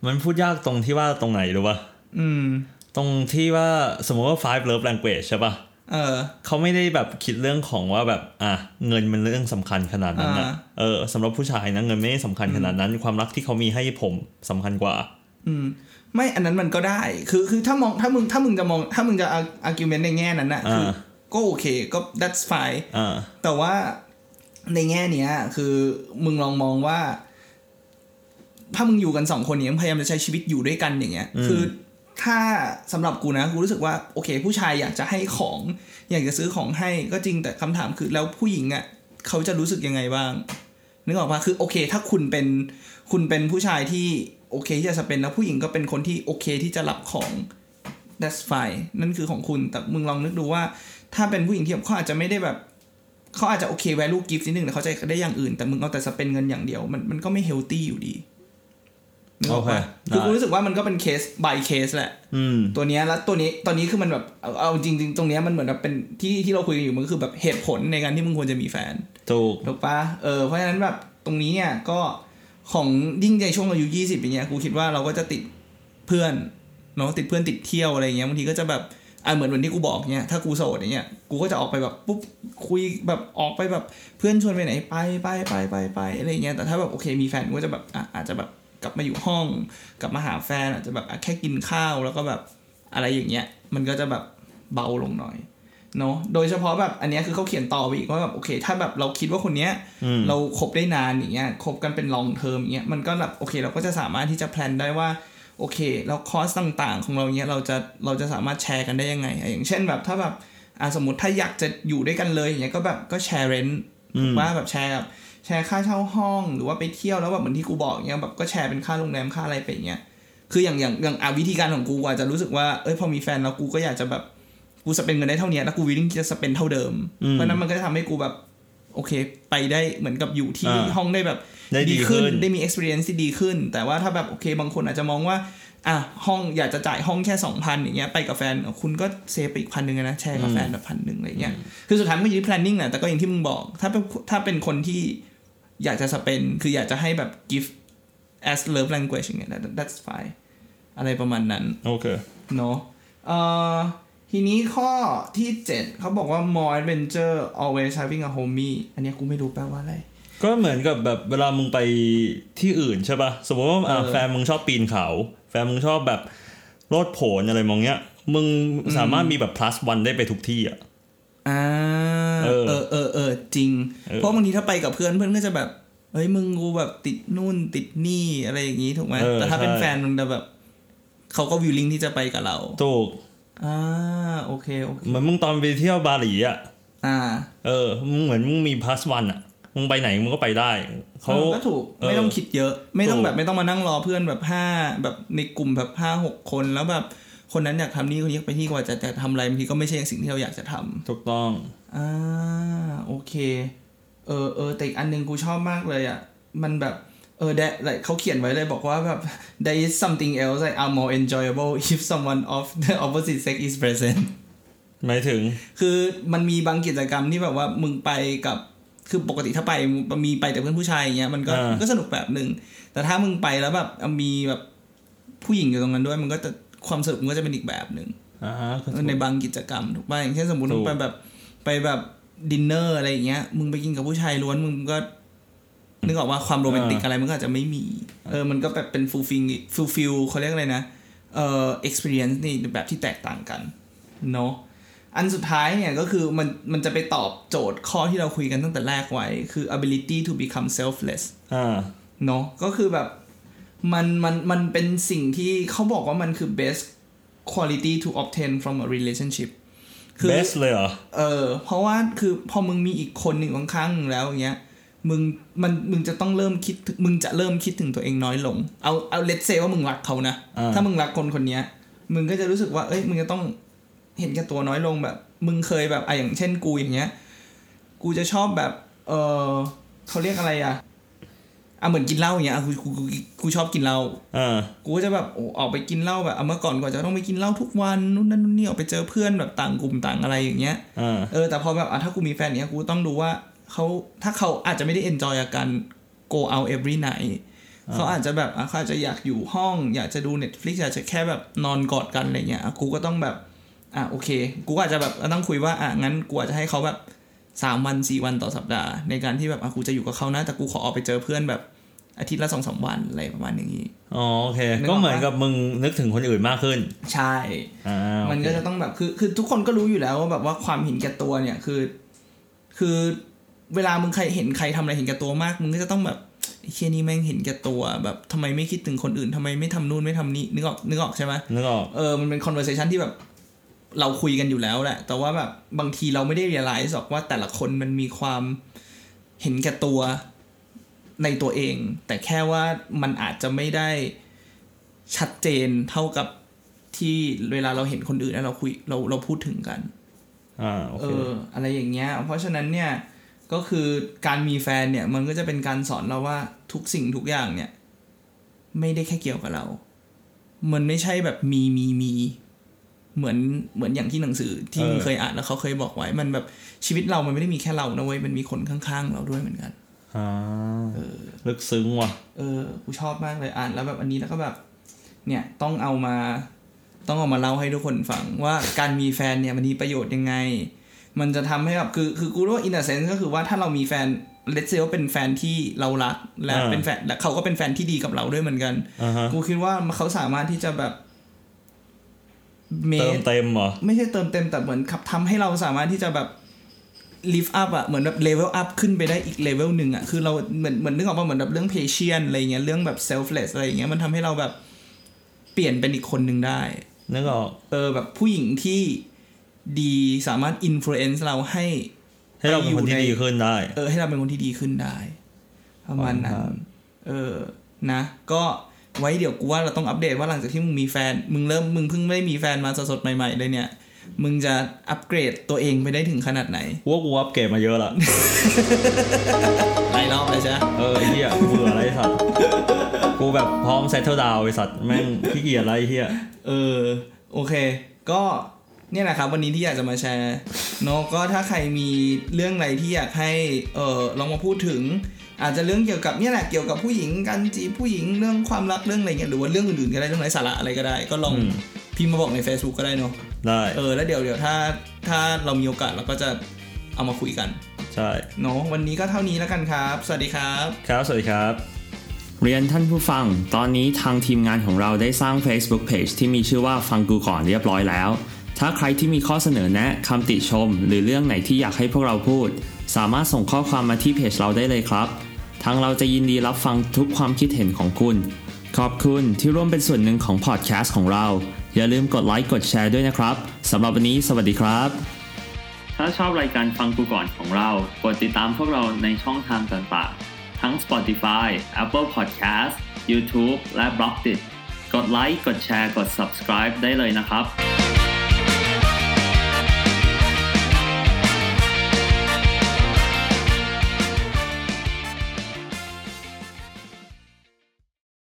มันพูดยากตรงที่ว่าตรงไหนหรือวะ
อืม
ตรงที่ว่าสมมติว่า five love language ใช่ปะ
เออ
เขาไม่ได้แบบคิดเรื่องของว่าแบบอ่ะเงินมันเรื่องสำคัญขนาดนั้นนะ
อ่า
เออสำหรับผู้ชายนะเงินไม่ได้สำคัญขนาดนั้น ความรักที่เขามีให้ผมสำคัญกว่า
อืม ไม่อันนั้นมันก็ได้ คือคือถ้ามองถ้ามึงถ้ามึงจะมองถ้ามึงจะอาร์กิวเมนต์ในแง่นั้นนะคือ
อ่า
ก็โอเคก็ that's fine
อ่า
แต่ว่าในแง่เนี้ย คือมึงลองมองว่า ถ้ามึงอยู่กันสองคนเนี้ยมึงพยายามจะใช้ชีวิตอยู่ด้วยกันอย่างเงี้ย คือ ถ้าสำหรับกูนะกูรู้สึกว่าโอเค ผู้ชายอยากจะให้ของ อยากจะซื้อของให้ก็จริงแต่คำถามคือแล้วผู้หญิงอะ่ะ เขาจะรู้สึกยังไงบ้าง นึกออกปะคือโอเค ถ้าคุณเป็นคุณเป็นผู้ชายที่โอเคที่จะสเปนแล้วผู้หญิงก็เป็นคนที่โอเคที่จะรับของ that's fine นั่นคือของคุณ แต่มึงลองนึกดูว่า ถ้าเป็นผู้หญิงที่แบบเขาอาจจะไม่ได้แบบ เขาอาจจะโอเค value gift นิดนึงแต่เขาจะได้อย่างอื่น แต่มึงเอาแต่สเปนเงินอย่างเดียว มันมันก็ไม่ healthy อยู่ดีนึก
โอก เค
ปะคือกูรู้สึกว่ามันก็เป็นเคส by case แหละ
อืม
ตัวเนี้ยแล้วตัวนี้ตอนนี้คือมันแบบเอาเอาจริงๆ ตรงเนี้ยมันเหมือนแบบเป็นที่ที่เราคุยกันอยู่มันก็คือแบบเหตุผลในการที่มึงควรจะมีแฟน
ถูก
ถูกปะเออเพราะฉะนั้นแบบตรงนี้เนี่ยก็ของยิ่งใจช่วงอายุยี่สิบอย่างเงี้ยกูคิดว่าเราก็จะติดเพื่อนเนาะติดเพื่อนติดเที่ยวอะไรเงี้ยบางทีก็จะแบบอ่ะเหมือนวันที่กูบอกเนี่ยถ้ากูโสดอย่างเงี้ยกูก็จะออกไปแบบปุ๊บคุยแบบออกไปแบบเพื่อนชวนไปไหนไปไปไปไปไปอะไรเงี้ยแต่ถ้าแบบโอเคมีแฟนกูก็จะแบบอ่ะอาจจะแบบกลับมาอยู่ห้อง กลับมาหาแฟนอาจจะแบบอ่ะแค่กินข้าวแล้วก็แบบ อะไรอย่างเงี้ยมันก็จะแบบเบาลงหน่อยเนาะโดยเฉพาะแบบอันเนี้ยคือเขาเขียนต่อไปอีกว่าแบบโอเค ถ้าแบบเราคิดว่าคนเนี้ย
อืม
เราคบได้นานอย่างเงี้ยคบกันเป็น long term อย่างเงี้ยมันก็แบบโอเค เราก็จะสามารถที่จะแพลนได้ว่าโอเคแล้วคอสต่างๆ ของเราเนี้ยเราจะเราจะสามารถแชร์กันได้ยังไงอ่ะอย่างเช่นแบบถ้าแบบอ่ะสมมติถ้าอยากจะอยู่ด้วยกันเลยอย่างเงี้ยก็แบบก็แชร์เรน
อืม
ว่าแบบแชร์แบบแชร์ค่าเช่าห้องหรือว่าไปเที่ยวแล้วแบบเหมือนที่กูบอกเงี้ยแบบก็แชร์เป็นค่าโรงแรมค่าอะไรไปอย่างเงี้ยคืออย่างอย่างอย่างอ่ะวิธีการของกูอาจจะรู้สึกว่าเอ้ยพอมีแฟนแล้วกูก็อยากจะแบบกูสเปนเงินได้เท่าเนี้ยแล้วกูวิลลิ่งจะสเปนเท่าเดิม
อืม
เพราะฉะนั้นมันก็จะทำให้กูแบบโอเค ไปได้เหมือนกับอยู่ที่
อ่า
ห้องได้แบบ
ได้ดีขึ้น
ได้มี experience ที่ดีขึ้น แต่ว่าถ้าแบบโอเค บางคนอาจจะมองว่าอ่ะห้องอยากจะจ่ายห้องแค่สองพันอย่างเงี้ยไปกับแฟนคุณก็เซฟไปอีกพันหนึ่งนะแชร์กับแฟนแบบพันหนึ่งอะไรเงี้ย คือสุดท้ายมันอยู่ที่ planning แหละแต่ก็อย่างที่มึงบอก ถ้าเป็นถ้าเป็นคนที่อยากจะสเปน คืออยากจะให้แบบ give as love language อย่างเงี้ย that- that's fine อะไรประมาณนั้น
โอเค
เนาะเอ่อทีนี้ข้อที่ 7 เขาบอกว่า more adventure always having a homie อันเนี้ยกูไม่รู้แปลว่าอะไร
ก็เหมือนกับแบบเวลามึงไปที่อื่นใช่ปะ่ะ สมมติว่าอ่ะ
เออ
แฟนมึงชอบปีนเขา แฟนมึงชอบแบบโลดโผนอะไรมองเนี้ย มึงสามารถมีแบบ plus one ได้ไปทุกที่อ่ะ
่า
เออ
เออเออเออจริง
เออ
เพราะบางทีถ้าไปกับเพื่อนเพื่อนก็จะแบบ เฮ้ยมึงกูแบบติดนู่นติดนี่อะไรอย่างงี้ถูกไหมแต่ถ้าเป็นแฟนมึงจะแบบเขาก็วิลลิงที่จะไปกับเรา
ถูก
อ่าโอเคโอเค
เหมือนมึงตอนไปเที่ยวบาหลีอ่ะ
อ่า
เออ มึงเหมือนมึงมี plus one อ่ะ มึงไปไหนมึงก็ไปได้ เขา
ออก็ถูก
เออ
ไม่ต้องคิดเยอะ ไม่ต้อง
ถูก
แบบไม่ต้องมานั่งรอเพื่อนแบบห้าแบบในกลุ่มแบบห้าหกคนแล้วแบบคนนั้นอยากทำนี่คนนี้อยากไปที่กว่าจะแต่ทำอะไรบางทีก็ไม่ใช่สิ่งที่เราอยากจะทำ
ถูกต้อง
อ่าโอเคเออเออแต่อีกอันหนึ่งกูชอบมากเลยอ่ะมันแบบเออแดะเขาเขียนไว้เลยบอกว่าแบบ there is something else that are more enjoyable if someone of the opposite sex is present
หมายถึง
คือมันมีบางกิจกรรมที่แบบว่ามึงไปกับคือปกติถ้าไปมีไปแต่เพื่อนผู้ชายอย่างเงี้ยมันก็
อ่ามั
นก็สนุกแบบหนึ่งแต่ถ้ามึงไปแล้วแบบมีแบบผู้หญิงอยู่ตรงนั้นด้วยมันก็จะความสนุกมันก็จะเป็นอีกแบบหนึ่ง
อ่าก็ถูก
ในบางกิจกรรมถูกป่ะอย่างเช่นสมมติ
ถู
มึ
ก
งไปแบบไปแบบดินเนอร์อะไรอย่างเงี้ยมึงไปกินกับผู้ชายล้วนมึงก็ นึกออกว่าความโรแมนติกอะไรมันก็อาจจะไม่มีเออมันก็แบบเป็นฟูลฟิงฟูลฟิลเขาเรียกอะไรนะเอ่อ experience ในแบบที่แตกต่างกันเนาะ อันสุดท้ายเนี่ยก็คือมันมันจะไปตอบโจทย์ข้อที่เราคุยกันตั้งแต่แรกไว้ คือ ability to become selfless
อ่า
เนาะก็คือแบบมันมันมันเป็นสิ่งที่เขาบอกว่ามันคือ best quality to obtain from a relationship คือ
best เลยเหรอ
เออเพราะว่าคือพอมึงมีอีกคนหนึ่งข้างๆมึงแล้วอย่างเงี้ยมึงมันมึงจะต้องเริ่มคิดถึงมึงจะเริ่มคิดถึงตัวเองน้อยลง เอาเอาเลตเซว่ามึงรักเขานะ
อ่า
ถ้ามึงรักคนคนเนี้ย มึงก็จะรู้สึกว่าเอ้ยมึงจะต้องเห็นแก่ตัวน้อยลงแบบ มึงเคยแบบอ่ะอย่างเช่นกูอย่างเงี้ย กูจะชอบแบบ เออเขาเรียกอะไรอ่ะอ่ะเหมือนกินเหล้าอย่างเงี้ยอ่ะกูกูกูกูชอบกินเหล้า
อ่า
กูก็จะแบบโอ้ออกไปกินเหล้าแบบเอาเมื่อก่อนกว่าจะต้องไปกินเหล้าทุกวันนู่นนั่นนู่นนี่ออกไปเจอเพื่อนแบบต่างกลุ่มต่างอะไรอย่างเงี้ย
อ่า
เออแต่พอแบบอ่ะถ้ากูมีแฟนเนี้ยกูต้องดูว่าเขาถ้าเขาอาจจะไม่ได้ enjoy กับการ go out every night เขาอาจจะแบบอ่ะเขาอาจจะอยากอยู่ห้อง อยากจะดู Netflix อยากจะแค่แบบนอนกอดกันอะไรเงี้ยอ่ะกูก็ต้องแบบอ่ะโอเค กูก็อาจจะแบบต้องคุยว่าอ่ะงั้นกูอาจจะให้เขาแบบสามวันสี่วันต่อสัปดาห์ ในการที่แบบอ่ะกูจะอยู่กับเขานะ แต่กูขอออกไปเจอเพื่อนแบบอาทิตย์ละสองสามวันอะไรประมาณอย่างนี้
อ๋อโอเค
นึกออกปะ
ก็เหมือนกับมึงนึกถึงคนอื่นมากขึ้น
ใช่
อ่าโอเค
มันก็จะต้องแบบคือคือทุกคนก็รู้อยู่แล้วว่าแบบว่าความเห็นแก่ตัวเนี่ยคือ คือเวลามึงใครเห็นใครทำอะไรเห็นแก่ตัวมากมึงก็จะต้องแบบไอ้เชี่ยนี่แม่งเห็นแก่ตัว แบบทำไมไม่คิดถึงคนอื่นทำไมไม่ทำนู่นไม่ทำนี่นึกออกนึกออกใช่ไหม
นึกออก
เออมันเป็น conversation ที่แบบเราคุยกันอยู่แล้วแหละ แต่ว่าแบบบางทีเราไม่ได้ realize หรอกว่าแต่ละคนมันมีความเห็นแก่ตัวในตัวเอง แต่แค่ว่ามันอาจจะไม่ได้ชัดเจนเท่ากับ ที่เวลาเราเห็นคนอื่นแล้วเราคุยเราเราพูดถึงกัน
อ่าโอ
เอ
เค
อ อะไรอย่างเงี้ย เพราะฉะนั้นเนี่ยก็คือการมีแฟนเนี่ยมันก็จะเป็นการสอนเราว่าทุกสิ่งทุกอย่างเนี่ย ไม่ได้แค่เกี่ยวกับเรา มันไม่ใช่แบบมีมีมี เหมือนเหมือนอย่างที่หนังสือที่มึงเคยอ่านแล้วเขาเคยบอกไว้ มันแบบชีวิตเรามันไม่ได้มีแค่เรานะเว้ยมันมีคนข้างๆ เราด้วยเหมือนกัน
อ่าลึกซึ้งว่ะ
เออ กูชอบมากเลยอ่านแล้วแบบอันนี้แล้วก็แบบ เนี่ยต้องเอามา ต้องเอามาเล่าให้ทุกคนฟังว่าการมีแฟนเนี่ยมันมีประโยชน์ยังไง มันจะทำให้แบบคือคือกูรู้ว่าอินเตอร์เซนส์ก็คือว่าถ้าเรามีแฟนเลตเซลเป็นแฟนที่เรารัก และ
อ่า
เป็นแฟนและเขาก็เป็นแฟนที่ดีกับเราด้วยเหมือนกัน
อ่าฮะ
กูคิดว่าเขาสามารถที่จะแบบ
เติม
make
เต็มเหรอ
ไม่ใช่เติมเต็มแต่เหมือนขับทำให้เราสามารถที่จะแบบ lift up อะเหมือนแบบ level up ขึ้นไปได้อีก level หนึ่งอะคือเราเหมือนเหมือนนึกออกป่ะเหมือนแบบเรื่อง patient อะไรเงี้ยเรื่องแบบ selfless อะไรเงี้ยมันทำให้เราแบบเปลี่ยนเป็นอีกคนหนึ่งได้
นึกออก
เออแบบผู้หญิงที่ดีสามารถ influence เราให้
ให้เราเป็นคนที่ดีขึ้นได้
เออให้เราเป็นคนที่ดีขึ้นได้ประมาณนั้
ครั
น
บ
เออนะ ก็ไว้เดี๋ยวกูว่าเราต้องอัปเดตว่าหลังจากที่มึงมีแฟน มึงเริ่มมึงเพิ่งไม่ได้มีแฟนมาสดๆใหม่ๆเลยเนี่ย มึงจะอัปเกรดตัวเองไปได้ถึงขนาดไหน
กูว่ากูอัปเกรดมาเยอะละ
หลายรอบเลยใช่ไหม
เออไอ้เหี้ยกูเบื่ออะไรไอ้สัตว์กูแบบพร้อมเซตเทิลดาวไอ้สัตว์แม่งขี้เกียจอะไรไอ้เหี้ย
เออโอเค ก็เนี่ยแหละครับ วันนี้ที่อยากจะมาแชร์เนาะก็ถ้าใครมีเรื่องอะไรที่อยากให้เออลองมาพูดถึง อาจจะเรื่องเกี่ยวกับเนี่ยแหละเกี่ยวกับผู้หญิงการจีบผู้หญิงเรื่องความรักเรื่องอะไรเงี้ยหรือว่าเรื่องอื่นๆก็ได้เรื่องไร้สาระอะไรก็ได้ ก็ลอง
อืม
พิมพ์มาบอกใน Facebook ก็ได้เนาะ
ได้
เออ แล้วเดี๋ยวเดี๋ยวถ้าถ้าเรามีโอกาสเราก็จะเอามาคุยกัน
ใช่
เนาะ วันนี้ก็เท่านี้แล้วกันครับ สวัสดีครับ
ครับ สวัสดีครับ
เรียนท่านผู้ฟัง ตอนนี้ทางทีมงานของเราได้สร้าง Facebook Page ที่มีชื่อว่าฟังกูก่อนเรียบร้อยแล้ว ถ้าใครที่มีข้อเสนอแนะคำติชม หรือเรื่องไหนที่อยากให้พวกเราพูด สามารถส่งข้อความมาที่เพจเราได้เลยครับ ทางเราจะยินดีรับฟังทุกความคิดเห็นของคุณ ขอบคุณที่ร่วมเป็นส่วนหนึ่งของพอดแคสต์ของเรา อย่าลืมกดไลค์กดแชร์ด้วยนะครับสำหรับวันนี้สวัสดีครับ ถ้าชอบรายการฟังกูก่อนของเรากดติดตามพวกเราในช่องทางต่างๆ ทั้ง Spotify, Apple Podcast, YouTube และ b l o g d i t กดไลค์ กดแชร์ กด subscribe ได้เลยนะครับ